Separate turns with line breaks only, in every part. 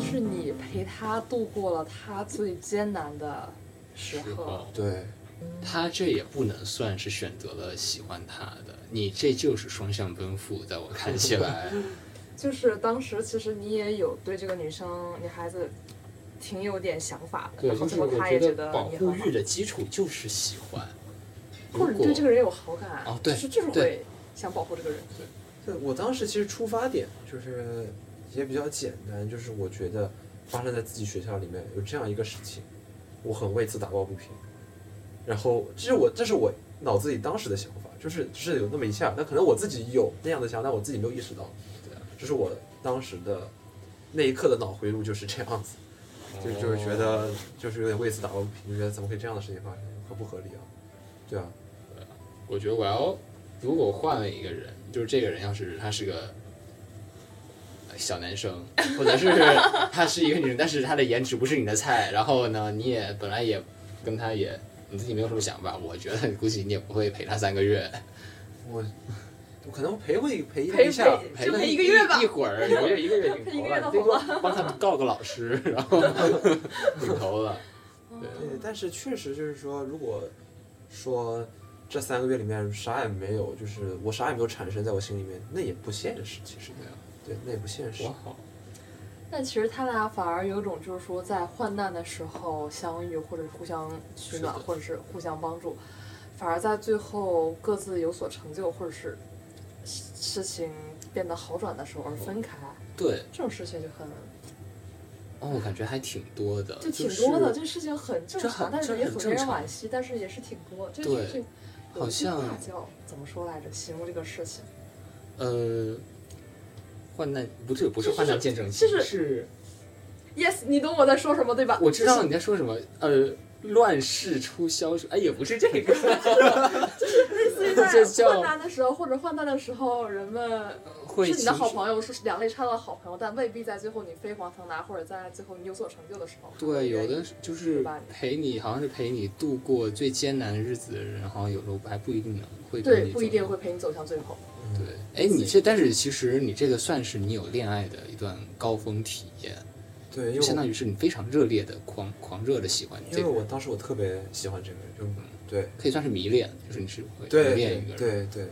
是你陪他度过了他最艰难的时
时
刻
候。
对，
他这也不能算是选择了喜欢他的，你这就是双向奔赴，在我看 起来，
就是当时其实你也有对这个女生女孩子挺有点想法的，
对，
然后
就
最
是
后
我
她也觉
得
得
保
你很
护
好
欲，的基础就是喜欢，
或者你对这个人有好感，
哦
对
就是就是
对
会想保护这个人。
对我当时其实出发点就是也比较简单，就是我觉得发生在自己学校里面有这样一个事情，我很为此打抱不平。然后这是我这是我脑子里当时的想法，就是只是有那么一下，但可能我自己有那样的想法，但我自己没有意识到。
对啊
这是我当时的那一刻的脑回路就是这样子，
哦
就就是觉得就是有点为此打抱不平，就觉得怎么会这样的事情发生，很不合理啊。对啊，
我觉得我要如果换了一个人，就是这个人要是他是个呃小 男生，或者是他是一个女生，但是他的颜值不是你的菜，然后呢，你也本来也跟他也你自己没有什么想法，我觉得估计你也不会陪他三个月，
我我可能陪会陪
陪
一下，
陪就
他
陪一个月吧
一会儿我觉得一个月
陪一
顶
个月到
头了，你得
头
给我帮他告个老师，然 后顶头了，
嗯
对，但是确实就是说，如果说这三个月里面啥也没有，就是我啥也没有产生在我心里面，那也不现实，其实
是这
对，那也不现实
样，我。好，
但其实他俩反而有种就是说在患难的时候相遇，或者是互相取暖，
是的
或者是互相帮助，反而在最后各自有所成就，或者是事情变得好转的时候而分开，
对，
这种事情就很
哦，我感觉还挺多的，
就挺
呃是
多的。这个事情很正
这
常，
很
但是
这
也
很
很
正
令人
常
惋惜，但是也是挺多。这
对
个是有
好
一句
像
话叫怎么说来着？形容这个事情，
呃，患难不对，不是
就是
患难见证期，
就是
是
yes，你懂我在说什么对吧？
我知道你在说什么，呃，乱世出枭雄，哎，也不是这个，
类似于在
这叫
患难的时候或者患难的时候，人们
会
是你的好朋
友，
友，是两肋插刀的好朋友，但未必在最后你飞黄腾达，或者在最后你有所成就的时候。
对，有的是就是是
吧
陪你，好像是陪你度过最艰难日子的人，好像有时候还不一定能会跟
对
你
不一定
走
会陪你走向最后。
嗯
对。哎，你这但是其实你这个算是你有恋爱的一段高峰体验，
对，因为
就相当
我
于是你非常热烈的狂狂热的喜欢这
因为
个人，
我当时我特别喜欢这个人，就对
可以算是迷恋，就是你是会
对
迷嗯恋一个
对
人。
对对，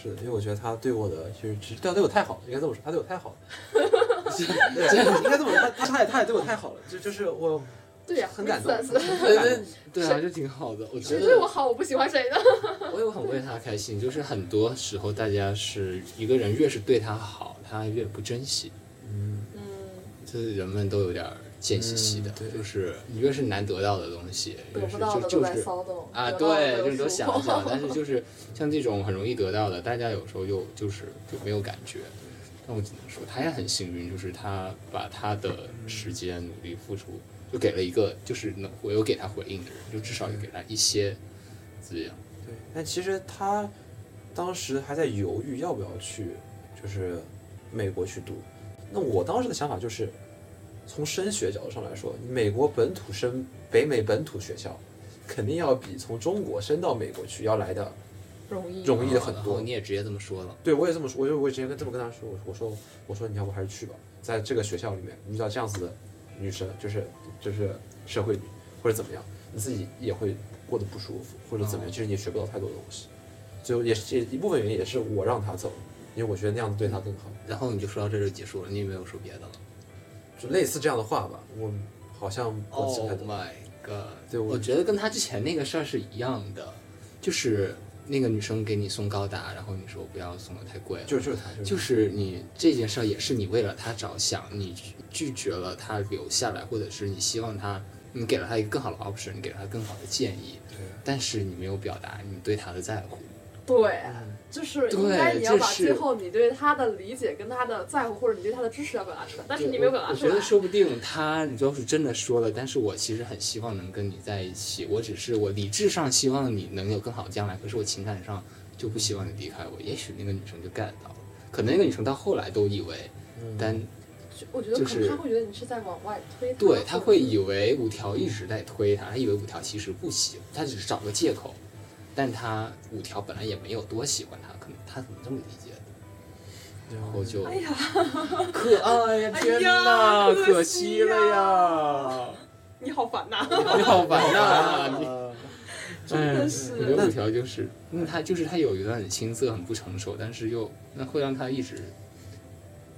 是的，因为我觉得他对我的就是其实对他对我太好了，应该这么说，他对我 太好了， 对，应该这么说，他他他也他也对我太好了，就就是我
对呀、
很感动
类似类似
对对 对啊，这挺好的。我觉
谁
得
对我好，我不喜欢谁的。
我有很为他开心，就是很多时候大家是一个人越是对他好，他越不珍惜。
嗯，
嗯，
就是人们都有点儿贱兮兮的，
嗯对
就是你越是难得到的东西，
得
越
不
是
到
就
的都
就
在
是。
骚动
啊，
得到的
对，
都
就是都
触
想
碰
一想， 但是就是像这种很容易得到的，大家有时候又就是就没有感觉。但我只能说，他也很幸运，就是他把他的
嗯
时间努力付出，就给了一个就是能我有给他回应的人，就至少也给他一些滋养。
对，但其实他当时还在犹豫要不要去，就是美国去读。那我当时的想法就是，从升学角度上来说，美国本土升北美本土学校，肯定要比从中国升到美国去要来的。
容易
容易的很
啊然
多
后你也直接这么说了，
对我也这么说，我就我直接跟这么跟他说，我我说我说你要不还是去吧，在这个学校里面遇到这样子的女生，就是就是社会女或者怎么样，你自己也会过得不舒服或者怎么样，其实你也学不到太多东西。就也是也一部分原因也是我让他走，因为我觉得那样子对他更好，
然后你就说到这就结束了，你也没有说别的了。
就类似这样的话吧。我好像我记
Oh
不太懂。
my god！
哦对我
我觉得跟他之前那个事儿是一样的，就是那个女生给你送高达，然后你说不要送的太贵了，
就就是他，
就是是你这件事儿也是你为了他着想，你拒绝了他留下来，或者是你希望他，你给了他一个更好的 option，你给了他更好的建议，
对
但是你没有表达你对他的在乎。
对，
啊
就是应该
对
你要把
这是
最后你对他的理解跟他的在乎，或者你对他的支持要表达出来，但是
对
你没有
我
表达
我
出
觉
来
得。说不定他，你要是真的说了，但是我其实很希望能跟你在一起，我只是我理智上希望你能有更好的将来，可是我情感上就不希望你离开我。也许那个女生就 get 到了，可能那个女生到后来都以为，
嗯
但
就我觉得
就
可能
是
他会觉得你是在往外推他，
对她
或者
会以为五条一直在推她，她以为五条其实不喜欢，她只是找个借口，但她五条本来也没有多喜欢她，可能她可能这么理解的。
啊
然后就
哎呀，
可爱呀，天哪，
哎呀
可
可
惜
惜
了呀，
你好烦呐、
你好烦呐，你。
啊
真的是
我觉得五条就是，嗯，他就是他有一段很青涩、很不成熟，但是又那会让他一直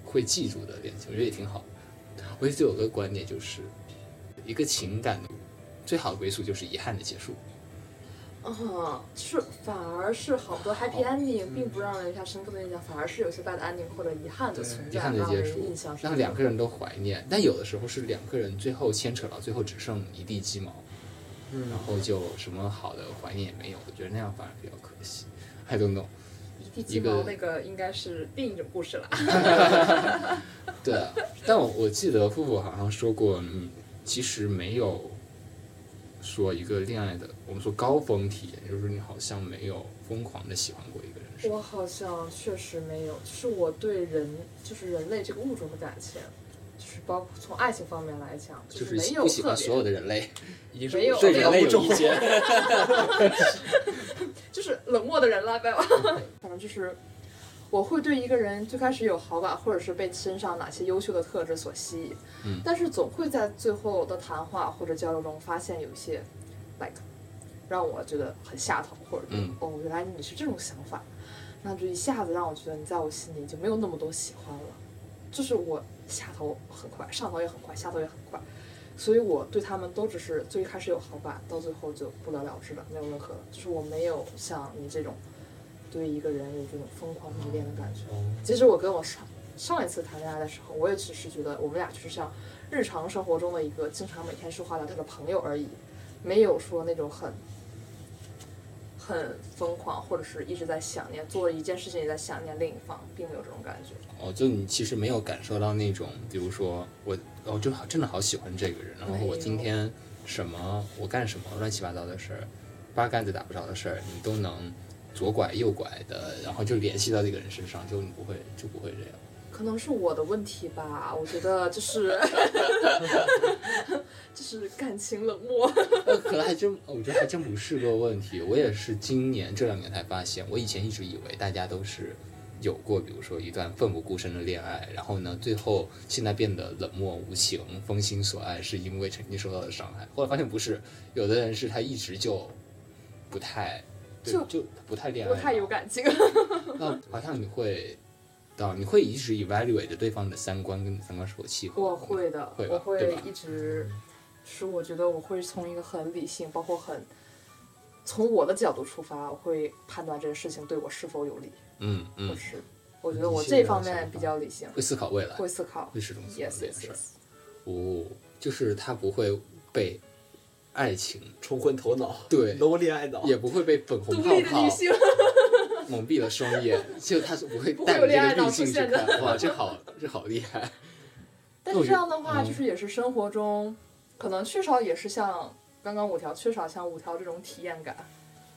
会记住的恋情，我觉得也挺好。我一直有个观点，就是一个情感的最好的归宿就是遗憾的结束。
嗯，是反而是好多 happy
好嗯
ending 并不让人留下深刻的印象，反而是有些 bad ending 或者遗憾的存
遗
在，
憾
让
的结
人
束
印象，深
让
刻。
两个人都怀念。但有的时候是两个人最后牵扯到最后只剩一地鸡毛，
嗯
然后就什么好的怀念也没有。我觉得那样反而比较可惜。I don't know。
一地
一
鸡
个
毛那个应该是另一种故事了。
对啊，但我我记得富富好像说过，嗯，其实没有说一个恋爱的，我们说高峰体验，就是你好像没有疯狂的喜欢过一个人，是吧？
我好像确实没有，就是我对人，就是人类这个物种的感情，就是包括从爱情方面来讲，
就是
没有
不喜
特
欢所有
别，
的人类，
已经是
没有
对
没
人
有
类
物种
有意见。
就是冷漠的人了呗。反正就是我会对一个人最开始有好感，或者是被身上哪些优秀的特质所吸引，
嗯
但是总会在最后的谈话或者交流中发现有一些，like 让我觉得很下头，或者觉得、
嗯
哦，原来你是这种想法，那就一下子让我觉得你在我心里就没有那么多喜欢了，就是我下头很快，上头也很快，下头也很快。所以我对他们都只是最开始有好感，到最后就不了了之了，没有任何，就是我没有像你这种对一个人有这种疯狂迷恋的感觉。
嗯
其实我跟我上上一次谈恋爱的时候，我也只是觉得我们俩就是像日常生活中的一个经常每天说话聊天的朋友而已，没有说那种很很疯狂，或者是一直在想念做一件事情也在想念另一方，并没有这种感觉。
哦，就你其实没有感受到那种，比如说我，哦，就好真的好喜欢这个人，然后我今天什么我干什么乱七八糟的事儿，八竿子打不着的事儿，你都能左拐右拐的，然后就联系到这个人身上，就你不会就不会这样。
可能是我的问题吧，我觉得就是 就是感情冷漠。
呃，可能还真，我觉得还真不是个问题。我也是今年这两年才发现，我以前一直以为大家都是有过，比如说一段奋不顾身的恋爱，然后呢，最后现在变得冷漠无情、封心所爱，是因为曾经受到的伤害。后来发现不是，有的人是他一直就不太，对
就
就不太恋爱，
不太有。感情。
那好像你会到，你会一直 evaluate 着对方的三观跟你三观是否契合。
我会的，
会吧
我
对
会
吧
一直，是我觉得我会从一个很理性，包括很从我的角度出发，我会判断这个事情对我是否有利，
嗯
或
嗯，
是我觉得我
理性的
这方
想
面
法
比较理性，
会思考未来，
会思考。
会始终思考
Yes,
这件事
yes,
儿。
yes。
哦，就是他不会被爱情，
冲昏头脑，
对
，no 恋爱脑，
也不会被粉红
独
泡
立的女
泡
性，
蒙蔽了双眼，就他是不会
不会
带
有
着
恋爱
这个滤
脑
镜
出
去
现的
看。哇，这好，这好厉害。
但
我
是
觉
这样的话，
嗯
就是也是生活中可能缺少，也是像刚刚五条缺少像五条这种体验感。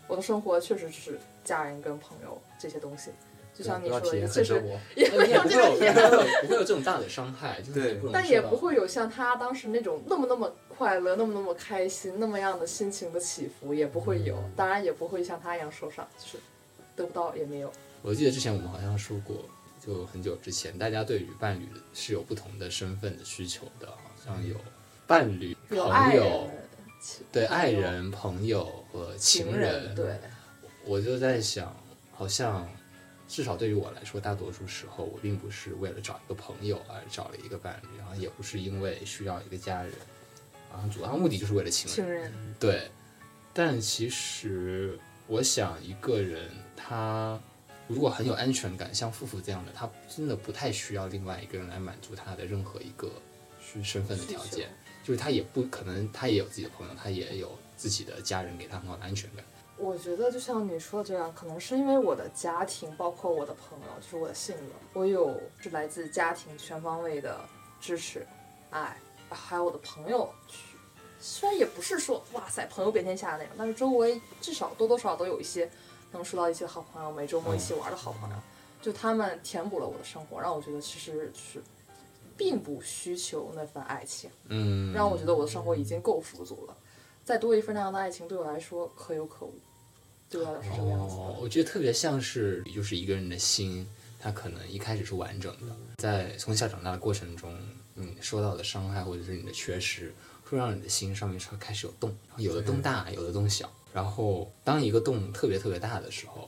我的生活确实只是家人跟朋友这些东西，就
就
像你说
体
的，
验
确
很
实
折磨，
也没有
不
这
会有
个体验感。
不会有这种大的伤害，嗯就是
对
你能
但
受
也
到
不会有像他当时那种那么那么快乐、那么那么开心、那么样的心情的起伏，也不会有。
嗯
当然也不会像他一样受伤，就是得不到也没有。
我记得之前我们好像说过，就很久之前，大家对于伴侣是有不同的身份的需求的，好像有伴侣、
有
朋
爱人
友、，对爱人、朋友和情
情人，对，
我就在想，好像至少对于我来说，大多数时候我并不是为了找一个朋友而找了一个伴侣，然后也不是因为需要一个家人，然后主要目的就是为了情人。
情人，
对，但其实我想，一个人他如果很有安全感，像富富这样的，他真的不太需要另外一个人来满足他的任何一个身份的条
需求
件，就是他也不可能，他也有自己的朋友，他也有自己的家人给他很好的安全感。
我觉得就像你说的这样，可能是因为我的家庭，包括我的朋友，就是我的信任，我有是来自家庭全方位的支持、爱，还有我的朋友。虽然也不是说哇塞朋友遍天下那种，但是周围至少多多少少都有一些能说到一些好朋友，每周末一起玩的好朋友，就他们填补了我的生活，让我觉得其实是并不需求那份爱情。
嗯，
让我觉得我的生活已经够富足了，再多一份那样的爱情对我来说
哦
可有可无，对我来说是这个样子的。
哦，我觉得特别像是就是一个人的心，它可能一开始是完整的，在从小长大的过程中，你受到的伤害或者是你的缺失，会让你的心上面说开始有洞，有的洞大，有的洞小。然后当一个洞特别特别大的时候，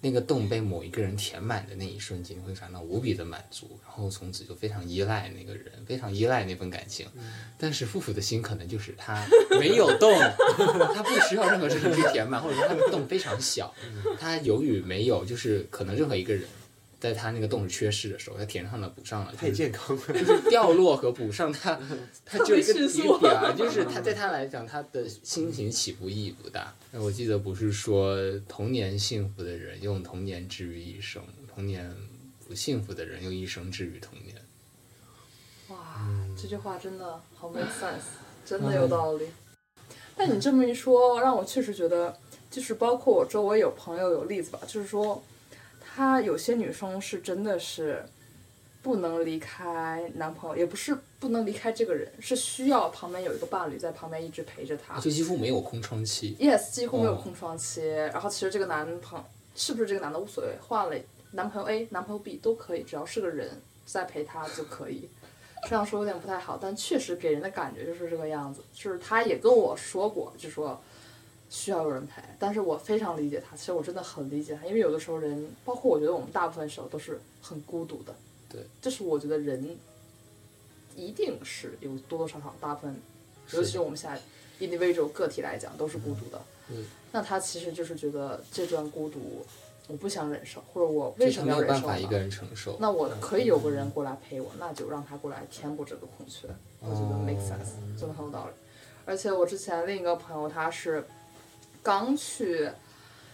那个洞被某一个人填满的那一瞬间，会感到无比的满足，然后从此就非常依赖那个人，非常依赖那份感情。
嗯
但是富富的心可能就是他没有 洞，他不需要任何事情去填满，或者说他的洞非常小，他由于没有，就是可能任何一个人。在他那个洞是缺失的时候，他填上了补上了，
太健康了。
就是掉落和补 上它，它就一个
特别迅速
一个点儿， 就是他在他来讲，他的心情起伏意义不大。那我记得不是说童年幸福的人用童年治愈一生，童年不幸福的人用一生治愈童年。
哇，
嗯
这句话真的好 make sense，真的有道理。但你这么一说，让我确实觉得，就是包括我周围有朋友有例子吧，就是说，她有些女生是真的是不能离开男朋友，也不是不能离开这个人，是需要旁边有一个伴侣在旁边一直陪着她。
就几乎没有空窗期。
Yes，几乎没有
哦
空窗期。然后其实这个男朋是不是这个男的无所谓，换了男朋友 A、男朋友 B 都可以，只要是个人在陪他就可以。这样说有点不太好，但确实给人的感觉就是这个样子。就是他也跟我说过，就说需要有人陪，但是我非常理解他，其实我真的很理解他，因为有的时候人，包括我觉得我们大部分时候都是很孤独的。
对，
就是我觉得人一定是有多多少少大部分，
是
尤其是我们现在 individual 个体来讲都是孤独的。
嗯，
那他其实就是觉得这段孤独我不想忍受，或者我为
就是
什么
他没
要
有
忍
办
受
法
呢？
一个人承受。
那我可以有个人过来陪我，那就让他过来填补这个空缺，我觉得 make sense，真的很有道理。而且我之前另一个朋友，他是刚去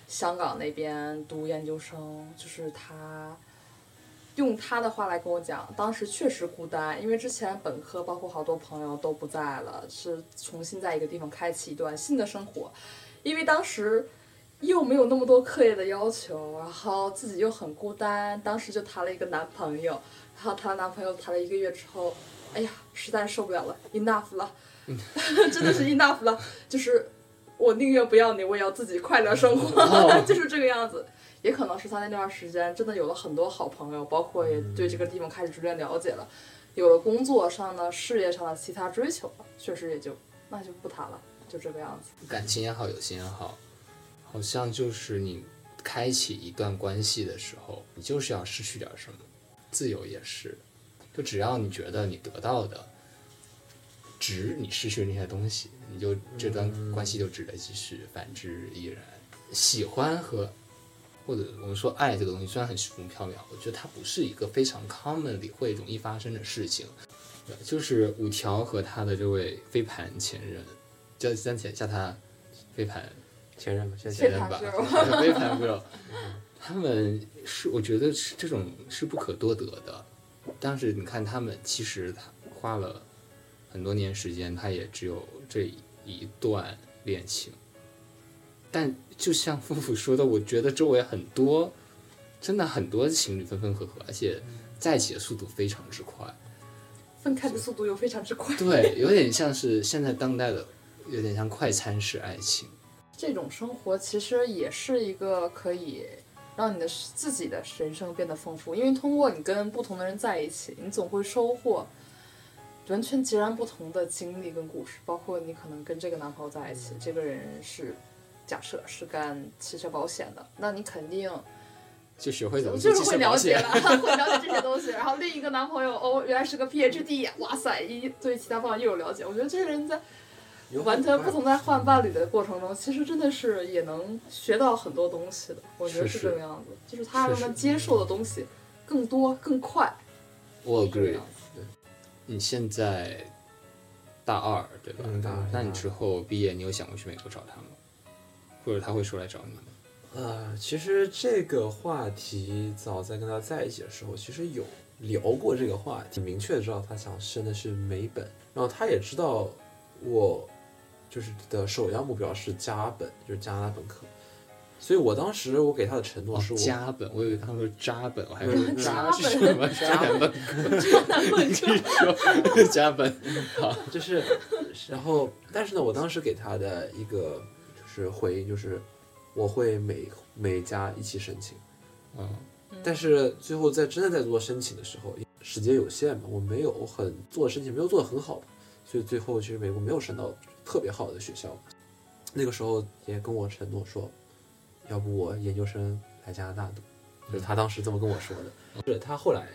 香港那边读研究生，就是他用他的话来跟我讲，当时确实孤单，因为之前本科包括好多朋友都不在了，是重新在一个地方开启一段新的生活，因为当时。又没有那么多课业的要求，然后自己又很孤单，当时就谈了一个男朋友，然后谈了男朋友谈了一个月之后，哎呀，实在受不了了，enough 了， 真的是 enough 了，就是我宁愿不要你，我也要自己快乐生活， 就是这个样子。也可能是他那段时间真的有了很多好朋友，包括也对这个地方开始逐渐了解了，有了工作上的、事业上的其他追求了，确实也就那就不谈了，就这个样子。
感情也好，友情也好，好像就是你开启一段关系的时候，你就是要失去点什么。自由也是，就只要你觉得你得到的值你失去的那些东西，你就这段关系就值得继续，反之亦然。喜欢和或者我们说爱这个东西，虽然很虚无缥缈，我觉得它不是一个非常 commonly 会容易发生的事情。对就是五条和他的这位飞盘前任，叫暂且叫他飞盘
前任嘛，现在
前
前
任
任
任
吧
吧，
飞盘 girl，他们是我觉得是这种是不可多得的。但是你看他们，其实他花了很多年时间，他也只有这一段恋情。但就像夫妇说的，我觉得周围很多，真的很多情侣分分合合，而且在一起的速度非常之快。
分开的速度又非常之快，
对，有点像是现在当代的，有点像快餐式爱情。
这种生活其实也是一个可以让你的自己的人生变得丰富，因为通过你跟不同的人在一起，你总会收获完全截然不同的经历跟故事，包括你可能跟这个男朋友在一起，这个人是假设是干汽车保险的，那你肯定
就学会怎么
就
做
是
汽
会
车
了
保
解
险
了，。 会了解这些东西。然后另一个男朋友哦，原来是个 PhD，哇塞，一对其他方面又有了解。我觉得这些人在 完全不同，在换伴侣的过程中，其实真的是也能学到很多东西的。我觉得
是
是
是
这个样子，就是他
是
让
是
他接受的东西更多更快。
我
这个
agree
样。子
你现在大二对吧？
嗯大二
那
大
你
二
之后毕业，你有想过去美国找他吗？或者他会说来找你吗？
呃，其实这个话题早在跟他在一起的时候，其实有聊过这个话题，明确地知道他想升的是美本，然后他也知道我就是的首要目标是加本，就是加拿大本科，所以我当时我给他的承诺
哦
是，我、
加本，我以为他说扎本，我还说
嗯
扎
扎
是什么扎本？你说加本，
就是，然后，但是呢，我当时给他的一个就是回应就是，我会每每家一起申请，
嗯，
但是最后在真的在做申请的时候，时间有限嘛，我没有很做申请，没有做得很好嘛，所以最后其实美国没有申到特别好的学校。那个时候也跟我承诺说，要不我研究生来加拿大读，就是他当时这么跟我说的。是他后来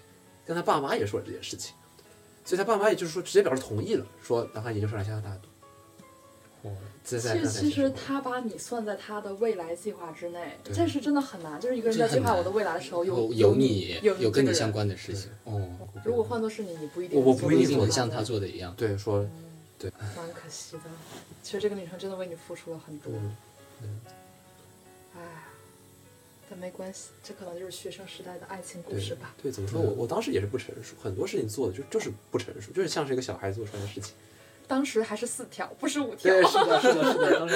跟他爸妈也说了这件事情，所以他爸妈也就是说直接表示同意了，说让他研究生来加拿大读。
哦
这在
其
刚才
其实
说
他把你算在他的未来计划之内，
对
但是真的很难。就是一个人
这
在
很
计划
难
我的未来的时候，有
有
有
你
有
有跟
这
你
个
相
人。
关的事情，哦，
如果换作是你，你不一定
我我
做
不
不
得
一
一定
定
到
会
做
那
像
样
他做的一样。
对说
蛮可惜的。其实这个女生真的为你付出了很多，
嗯
哎，但没关系，这可能就是学生时代的爱情故事吧。
对，怎么说我我当时也是不成熟，很多事情做的就就是不成熟，就是像是一个小孩做出来的事情。
当时还是四条，不是五条。
对，是的，是的，是的，当时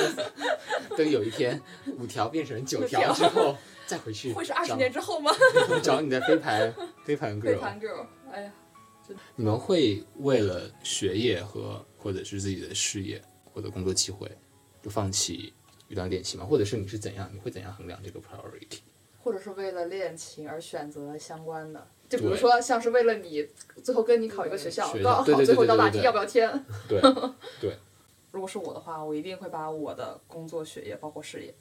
等有一天五条变成九条之后，再回去
会是二十
找
年之后吗？
找你的飞盘飞盘
背
girl
叛。girl，哎呀，
你们会为了学业和或者是自己的事业或者工作机会，就放弃一段恋情吗？或者是你是怎样？你会怎样衡量这个 priority？
或者是为了恋情而选择相关的，就比如
对
说像是为了你最后跟你考一个学校
学，校
高
对
考
对
最
对
后一
对
道
对
大
对
题要不要填？
对，
如果是我的话，我一定会把我的工作、学业，包括事业，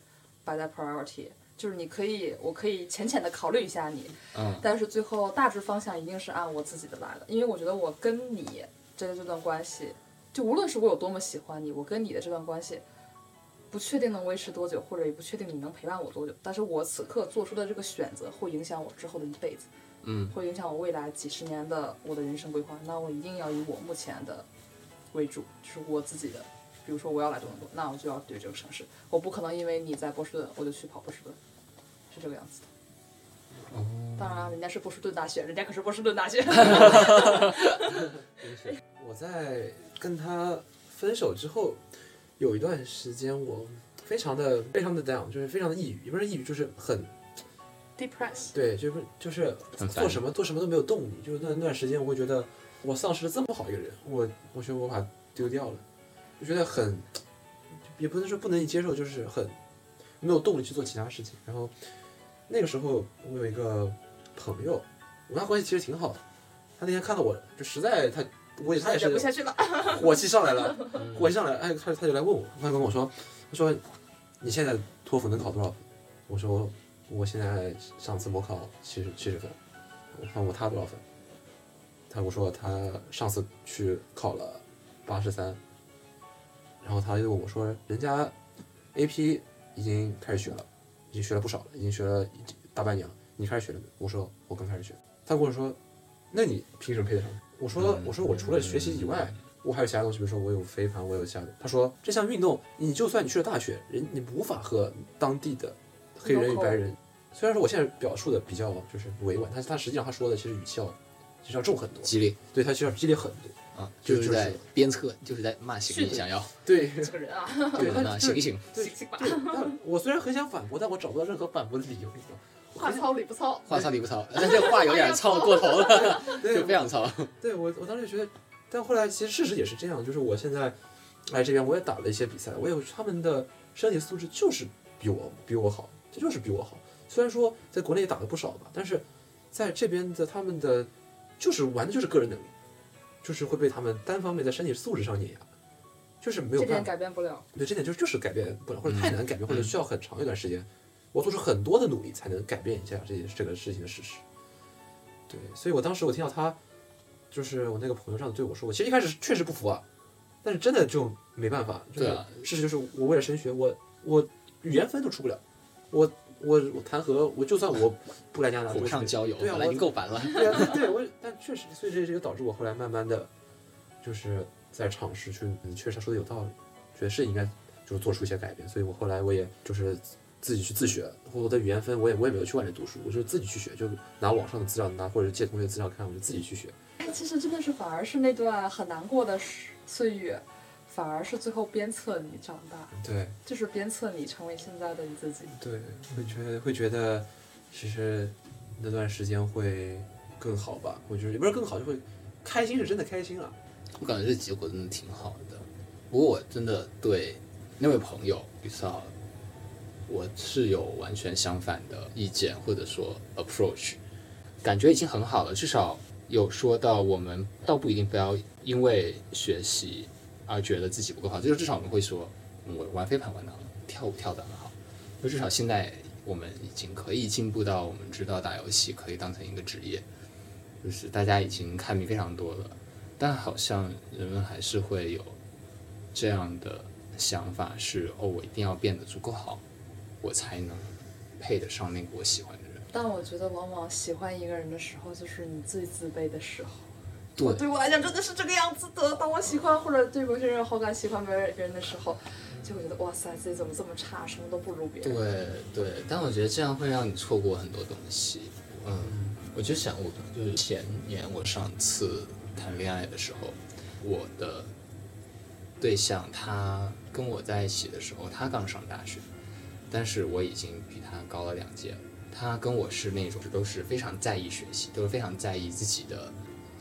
摆在 priority。就是你可以，我可以浅浅的考虑一下你，
嗯，
但是最后大致方向一定是按我自己的来的，因为我觉得我跟你这这段关系，就无论是我有多么喜欢你，我跟你的这段关系，不确定能维持多久，或者也不确定你能陪伴我多久，但是我此刻做出的这个选择会影响我之后的一辈子，
嗯，
会影响我未来几十年的我的人生规划，那我一定要以我目前的为主，就是我自己的。比如说我要来多伦多，那我就要对这个城市，我不可能因为你在波士顿我就去跑波士顿，是这个样子的。当然，人家是波士顿大学，人家可是波士顿大 学。
我在跟他分手之后，有一段时间我非常的非常的 down，就是非常的抑郁，也不是抑郁，就是很
Depress，
对，就是就是
很烦
做什么做什么都没有动力，就是那那段时间我会觉得我丧失了这么好一个人，我我觉得我把他丢掉了，就觉得很，也不能说不能接受，就是很没有动力去做其他事情。然后那个时候我有一个朋友，我跟他关系其实挺好的，他那天看到我就实在他，我也他也是
忍不下去了。
火气上来了，火气上来了，哎，他他就来问我，他跟我说，他说你现在托福能考多少分？我说我现在上次我考七十七十分，我看我他多少分？他我说他上次去考了八十三，然后他就问我说，人家 AP 已经开始学了，已经学了不少了，已经学了一大半年了，你开始学了没？我说我刚开始学。他跟我说，那你凭什么配得上？我说我说我除了学习以外。我还有其他东西，比如说我有飞盘，我有其他的。他说这项运动，你就算你去了大学，人你无法和当地的黑人与白人。虽然说我现在表述的比较就是委婉，但是他实际上他说的其实语气要其实要重很多，
激烈
对他其实要激烈很多。
啊，
就
就是
就是
在鞭策，就是在骂醒你想 要，嗯
对，
这个人啊，
对他
那
就是
醒一醒，
对
行吧
对，但我虽然很想反驳，但我找不到任何反驳的理由，你知道吗？
话糙理不糙。
话糙理 不糙，但这话有点糙过头了，
对
就非常糙。
对我，我当时觉得，但后来其实事实也是这样，就是我现在来这边，我也打了一些比赛，我也他们的身体素质就是比我比我好，这就是比我好。虽然说在国内也打了不少吧，但是在这边的他们的就是玩的就是个人能力，就是会被他们单方面在身体素质上碾压，就是没有
这
办
点
法。
改变不了，
对，这点就是就是改变不了，或者太难改变，或者
嗯
需要很长一段时间，我做出很多的努力才能改变一下这这个事情的事实。对，所以我当时我听到他，就是我那个朋友这样对我说，我其实一开始确实不服啊，但是真的就没办法，就是
对啊
事实就是我为了升学，我我语言分都出不了，我我我谈何，我就算我不来加拿大，
火上浇油，
对啊，
本来已
我
经够烦了。
对啊，对我，但确实，所以这这就导致我后来慢慢的，就是在尝试去，嗯，确实他说的有道理，觉得是应该就是做出一些改变，所以我后来我也就是自己去自学，或者我的语言分我也我也没有去外面读书，我就自己去学，就拿网上的资料拿或者借同学资料看，我就自己去学。
哎，其实真的是反而是那段很难过的时岁月，反而是最后鞭策你长大，
对
就是鞭策你成为现在的你自己。
对，会觉得会觉得，其实那段时间会更好吧，我觉得也不是更好，就会开心是真的开心了。
我感觉这结果真的挺好的。不过我真的对那位朋友，于少，我是有完全相反的意见或者说 approach，感觉已经很好了，至少有说到我们倒不一定非要因为学习而觉得自己不够好，就是至少我们会说，嗯我玩飞盘玩得很好，跳舞跳得很好，就至少现在我们已经可以进步到我们知道打游戏可以当成一个职业，就是大家已经看明非常多了，但好像人们还是会有这样的想法是，哦，我一定要变得足够好，我才能配得上那个我喜欢的人。
但我觉得往往喜欢一个人的时候，就是你最自卑的时候。
对
我对我来讲真的是这个样子的。当我喜欢或者对某些人有好感、喜欢别人的时候，就会觉得哇塞，自己怎么这么差，什么都不如别人。
对对，但我觉得这样会让你错过很多东西。嗯，我就想，我就是前年我上次谈恋爱的时候，我的对象他跟我在一起的时候，他刚上大学，但是我已经比他高了两届了。他跟我是那种都是非常在意学习，都是非常在意自己的，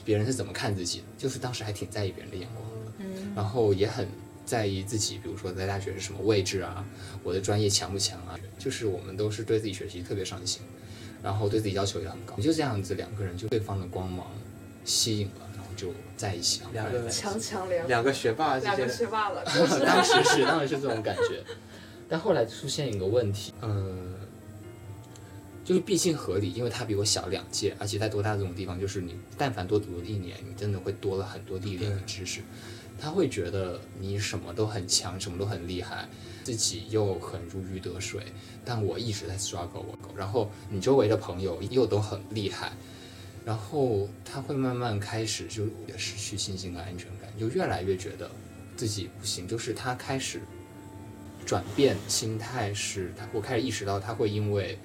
别人是怎么看自己的，就是当时还挺在意别人的眼光的。
嗯，
然后也很在意自己，比如说在大学是什么位置啊，我的专业强不强啊，就是我们都是对自己学习特别上心，然后对自己要求也很高，就这样子两个人就对方的光芒吸引了，然后就在一起，很快
两个
在一起
强强联合，
两个学霸之
两
间
个学 霸了，就是
当时是当时是这种感觉，但后来出现一个问题，嗯。就是毕竟合理，因为他比我小两届，而且在多大这种地方，就是你但凡多读了一年，你真的会多了很多历练和知识。他会觉得你什么都很强，什么都很厉害，自己又很如鱼得水，但我一直在 struggle，我然后你周围的朋友又都很厉害，然后他会慢慢开始就也失去信心和安全感，就越来越觉得自己不行，就是他开始转变心态是，他我开始意识到他会因为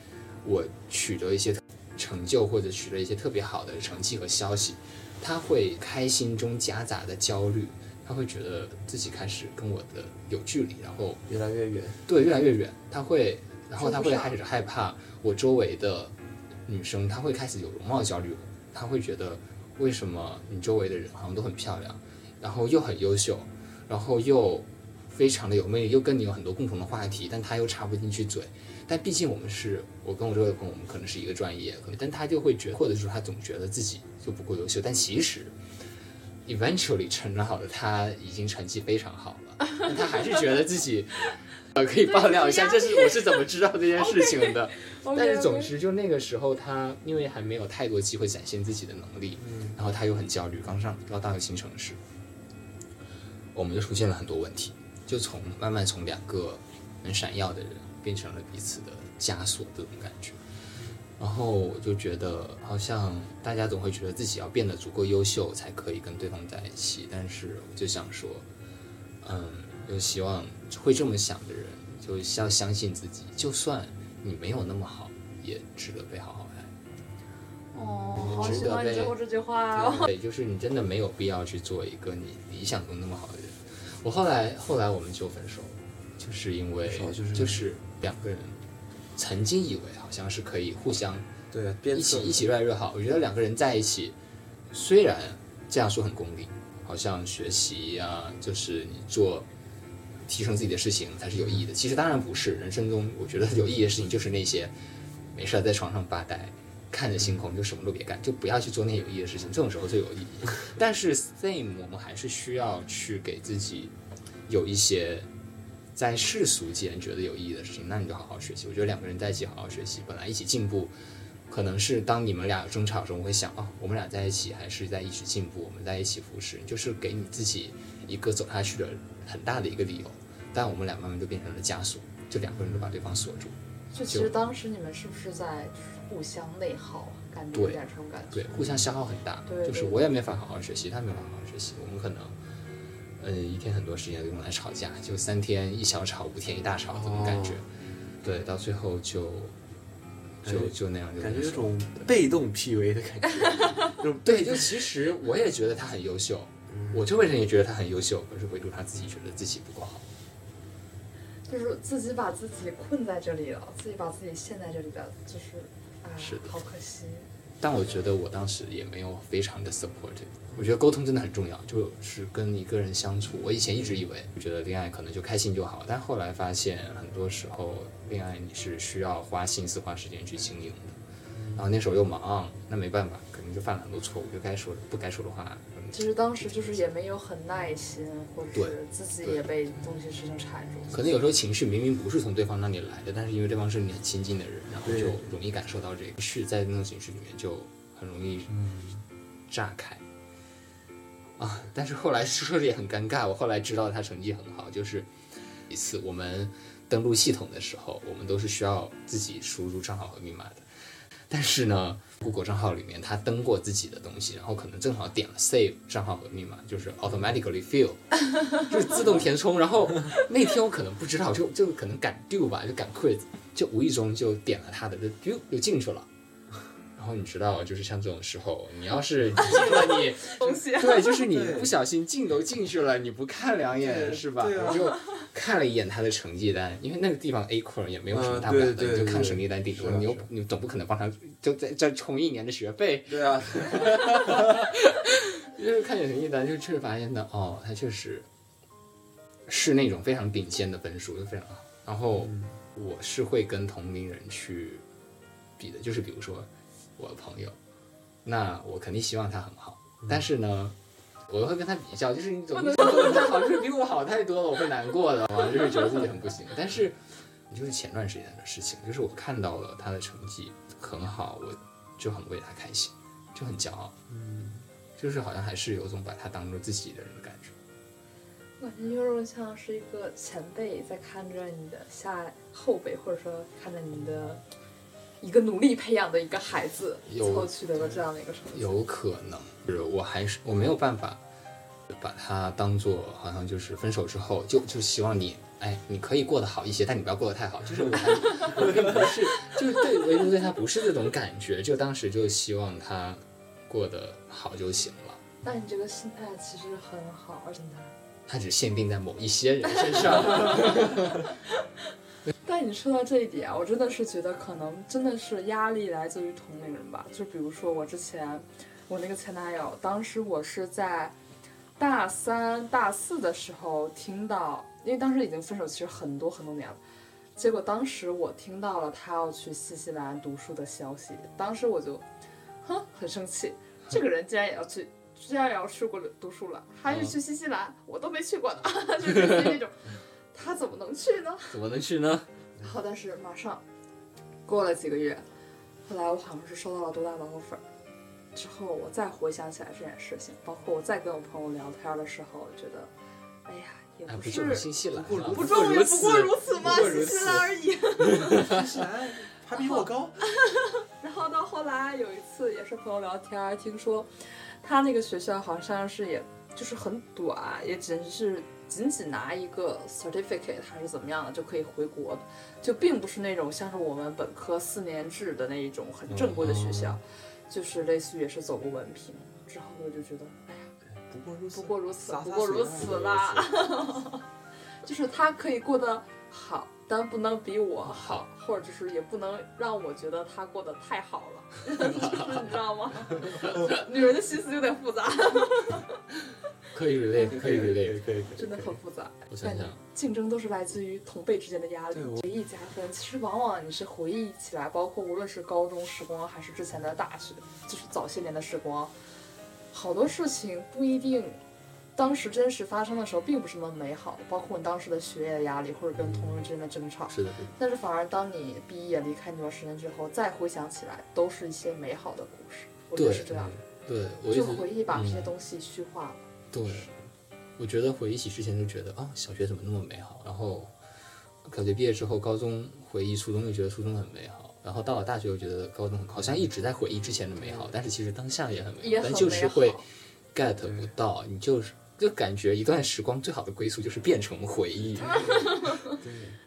我取得一些成就或者取得一些特别好的成绩和消息，他会开心中夹杂的焦虑，他会觉得自己开始跟我的有距离，然后
越来越远，
对越来越远，他会，然后他
追
会
不上
开始害怕我周围的女生，他会开始有容貌焦虑，他会觉得为什么你周围的人好像都很漂亮，然后又很优秀，然后又非常的有魅力，又跟你有很多共同的话题，但他又插不进去嘴。但毕竟我们是我跟我周围的朋友，我们可能是一个专业，可能但他就会觉得，或者是说他总觉得自己就不够优秀，但其实 eventually 成长好的他已经成绩非常好了，但他还是觉得自己。呃，可以爆料一下，这是我是怎么知道这件事情的。但是总之，就那个时候他因为还没有太多机会展现自己的能力，
嗯，
然后他又很焦虑，刚上刚到一个新城市，我们就出现了很多问题，就从慢慢从两个很闪耀的人变成了彼此的枷锁这种感觉。然后我就觉得，好像大家总会觉得自己要变得足够优秀才可以跟对方在一起，但是我就想说，嗯，就希望会这么想的人，就要相信自己，就算你没有那么好，也值得被好好爱。
哦，好喜欢你最后这句话哦。
对，就是你真的没有必要去做一个你理想中那么好的人。我后来后来我们就分手了，就是因为
分手就是
两个人曾经以为好像是可以互相
对，鞭
一
策
起一起越来越好。我觉得两个人在一起，虽然这样说很功利，好像学习啊，就是你做提升自己的事情才是有意义的。其实当然不是，人生中我觉得有意义的事情就是那些没事儿在床上发呆。看着星空就什么都别干，就不要去做那有意义的事情，这种时候最有意义。但是 same 我们还是需要去给自己有一些在世俗间觉得有意义的事情，那你就好好学习。我觉得两个人在一起好好学习，本来一起进步，可能是当你们俩争吵的时候，我会想，哦，我们俩在一起还是在一起进步，我们在一起扶持，就是给你自己一个走下去的很大的一个理由。但我们俩慢慢就变成了枷锁，就两个人都把对方锁住，
就其实当时你们是不是在就是互相内耗啊？感觉有点这种感觉。
对，互相消耗很大。
对
就是我也没法好好学习，他没法好好学习，我们可能。嗯，一天很多时间用来吵架，就三天一小吵，五天一大吵，这种感觉。
哦
对，到最后就就
哎
就那样就
感觉
分
有
手了
种被动 PUA 的感觉，那种
对，就其实我也觉得他很优秀，我周围人也觉得他很优秀，可是唯独他自己觉得自己不够好。
就是自己把自己困在这里了，自己把自己陷在这里了，就是啊，
是的
好可惜。
但我觉得我当时也没有非常的 supportive。我觉得沟通真的很重要，就是跟一个人相处。我以前一直以为，我觉得恋爱可能就开心就好，但后来发现，很多时候恋爱你是需要花心思、花时间去经营的。然后那时候又忙，那没办法，可能就犯了很多错误，就该说的不该说的话。嗯
其实当时就是也没有很耐心，或者是
对
自己
对
也被东西事情缠住。
可能有时候情绪明明不是从对方那里来的，但是因为对方是你很亲近的人，然后
对
就容易感受到这个，是在那种情绪里面就很容易炸开啊。但是后来说的也很尴尬，我后来知道他成绩很好，就是一次我们登录系统的时候，我们都是需要自己输入账号和密码的。但是呢，Google 账号里面他登过自己的东西，然后可能正好点了 save 账号和密码，就是 automatically fill，就是自动填充。然后那天我可能不知道，就就可能赶 do 吧，就赶 quiz，就无意中就点了他的，就就就进去了。然后你知道，就是像这种时候，你要是进了你，
东西
对，就是你
对
不小心进都进去了，你不看两眼
对
是吧？
对啊
我就看了一眼他的成绩单，因为那个地方 A core 也没有什么
嗯
大不了的，
对对
你就看
对
成绩单顶多
是啊
你又
是啊
你总不可能帮他就再再充一年的学费，
对啊，
就是看成绩单就确实发现的哦，他确实是那种非常顶尖的分数，就非常好。然后我是会跟同龄人去比的，就是比如说我的朋友，那我肯定希望他很好，但是呢，我会跟他比较，就是你总是觉得我好，就是比我好太多了，我会难过的嘛，就是觉得自己很不行。但是，就是前段时间的事情，就是我看到了他的成绩很好，我就很为他开心，就很骄傲，嗯，就是好像还是有种把他当做自己的人的感觉。
我感觉有种像是一个前辈在看着你的下后辈，或者说看着你的一个努力培养的一个孩子，
有
最后取得了这样的一个成绩。
有可能，就是我还是我没有办法把它当做好像就是分手之后就就希望你哎你可以过得好一些，但你不要过得太好。就是我 还我并不是就是对唯独对他不是这种感觉，就当时就希望他过得好就行了。
但你这个心态其实很好，而且它。
它只限定在某一些人身上，
但你说到这一点，我真的是觉得可能真的是压力来自于同龄人吧。就比如说我之前，我那个前男友，当时我是在大三、大四的时候听到，因为当时已经分手，其实很多很多年了。结果当时我听到了他要去新西兰读书的消息，当时我就，哼，很生气，这个人竟然也要去，居然也要出国读书了，还是去新西兰，我都没去过呢， 就是类似于那种，他怎么能去呢？
怎么能去呢？
然后但是马上过了几个月，后来我好像是收到了多大的 offer，之后我再回想起来这件事情，包括我再跟我朋友聊天的时候，我觉得，哎呀，也
哎，
不
不
是
就是新西兰
不
吗
不
不
重于
如
不
此
过如此嘛，
不过如
新
此
西兰而已。
新西兰还比我高，
然后到后来有一次也是朋友聊天，听说他那个学校好像是也就是很短，也只是仅仅拿一个 certificate 还是怎么样的就可以回国的，就并不是那种像是我们本科四年制的那一种很正规的学校，嗯就是类似于也是走过文凭。之后我就觉得，哎呀，
不过如
不
此，
过如此，
洒洒
不过如
水
此啦。 就是他可以过得好，但不能比我好，或者就是也不能让我觉得他过得太好了， 就是你知道吗？女人的心思有点复杂，
可以 relate，可以 relate。
可以，
真的很复杂。
我想想，
竞争都是来自于同辈之间的压力
对我，
回忆加分。其实往往你是回忆起来，包括无论是高中时光，还是之前的大学，就是早些年的时光，好多事情不一定。当时真实发生的时候，并不是那么美好的，包括你当时的学业的压力，或者跟同龄之间的争吵，
是的，
但是反而当你毕业离开那段时间之后，再回想起来，都是一些美好的故事。我觉得
对
是这样，
对，我一
就
直
回忆把这些
嗯
东西虚化了。
对，我觉得回忆起之前就觉得啊、小学怎么那么美好，然后小学毕业之后，高中回忆初中又觉得初中很美好，然后到了大学又觉得高中很好像一直在回忆之前的美好，但是其实当下也很美
也
好，
很
但
美
就是
好
会 get 不到，你就是就感觉一段时光最好的归宿就是变成回 忆，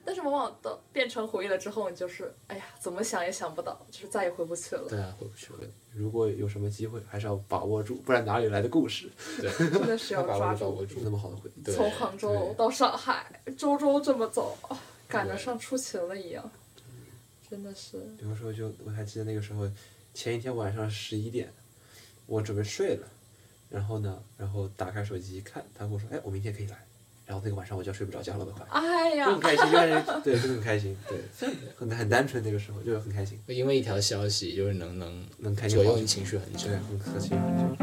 但是往往都变成回忆了之后，你就是哎呀，怎么想也想不到，就是再也回不去了。
对啊，回不去了，
如果有什么机会，还是要把握住，不然哪里来的故事？
对，
真的是要
要 把
抓
握住把
住。
握
那
住，
么好的回忆，
对
从杭州
对
到上海，周周这么走，啊感觉
对
像出勤了一样。真的是，
有的时候就我还记得那个时候，前一天晚上十一点，我准备睡了，然后呢，然后打开手机一看，他跟我说，哎，我明天可以来，然后那个晚上我就睡不着觉了，都快，
哎
就
呀
很，开心，就感觉对，就很开心，对，很很单纯那个时候，就是很开心，
因为一条消息就是能能
能开心
左右
好久
你情绪很久
对，。很开心很久。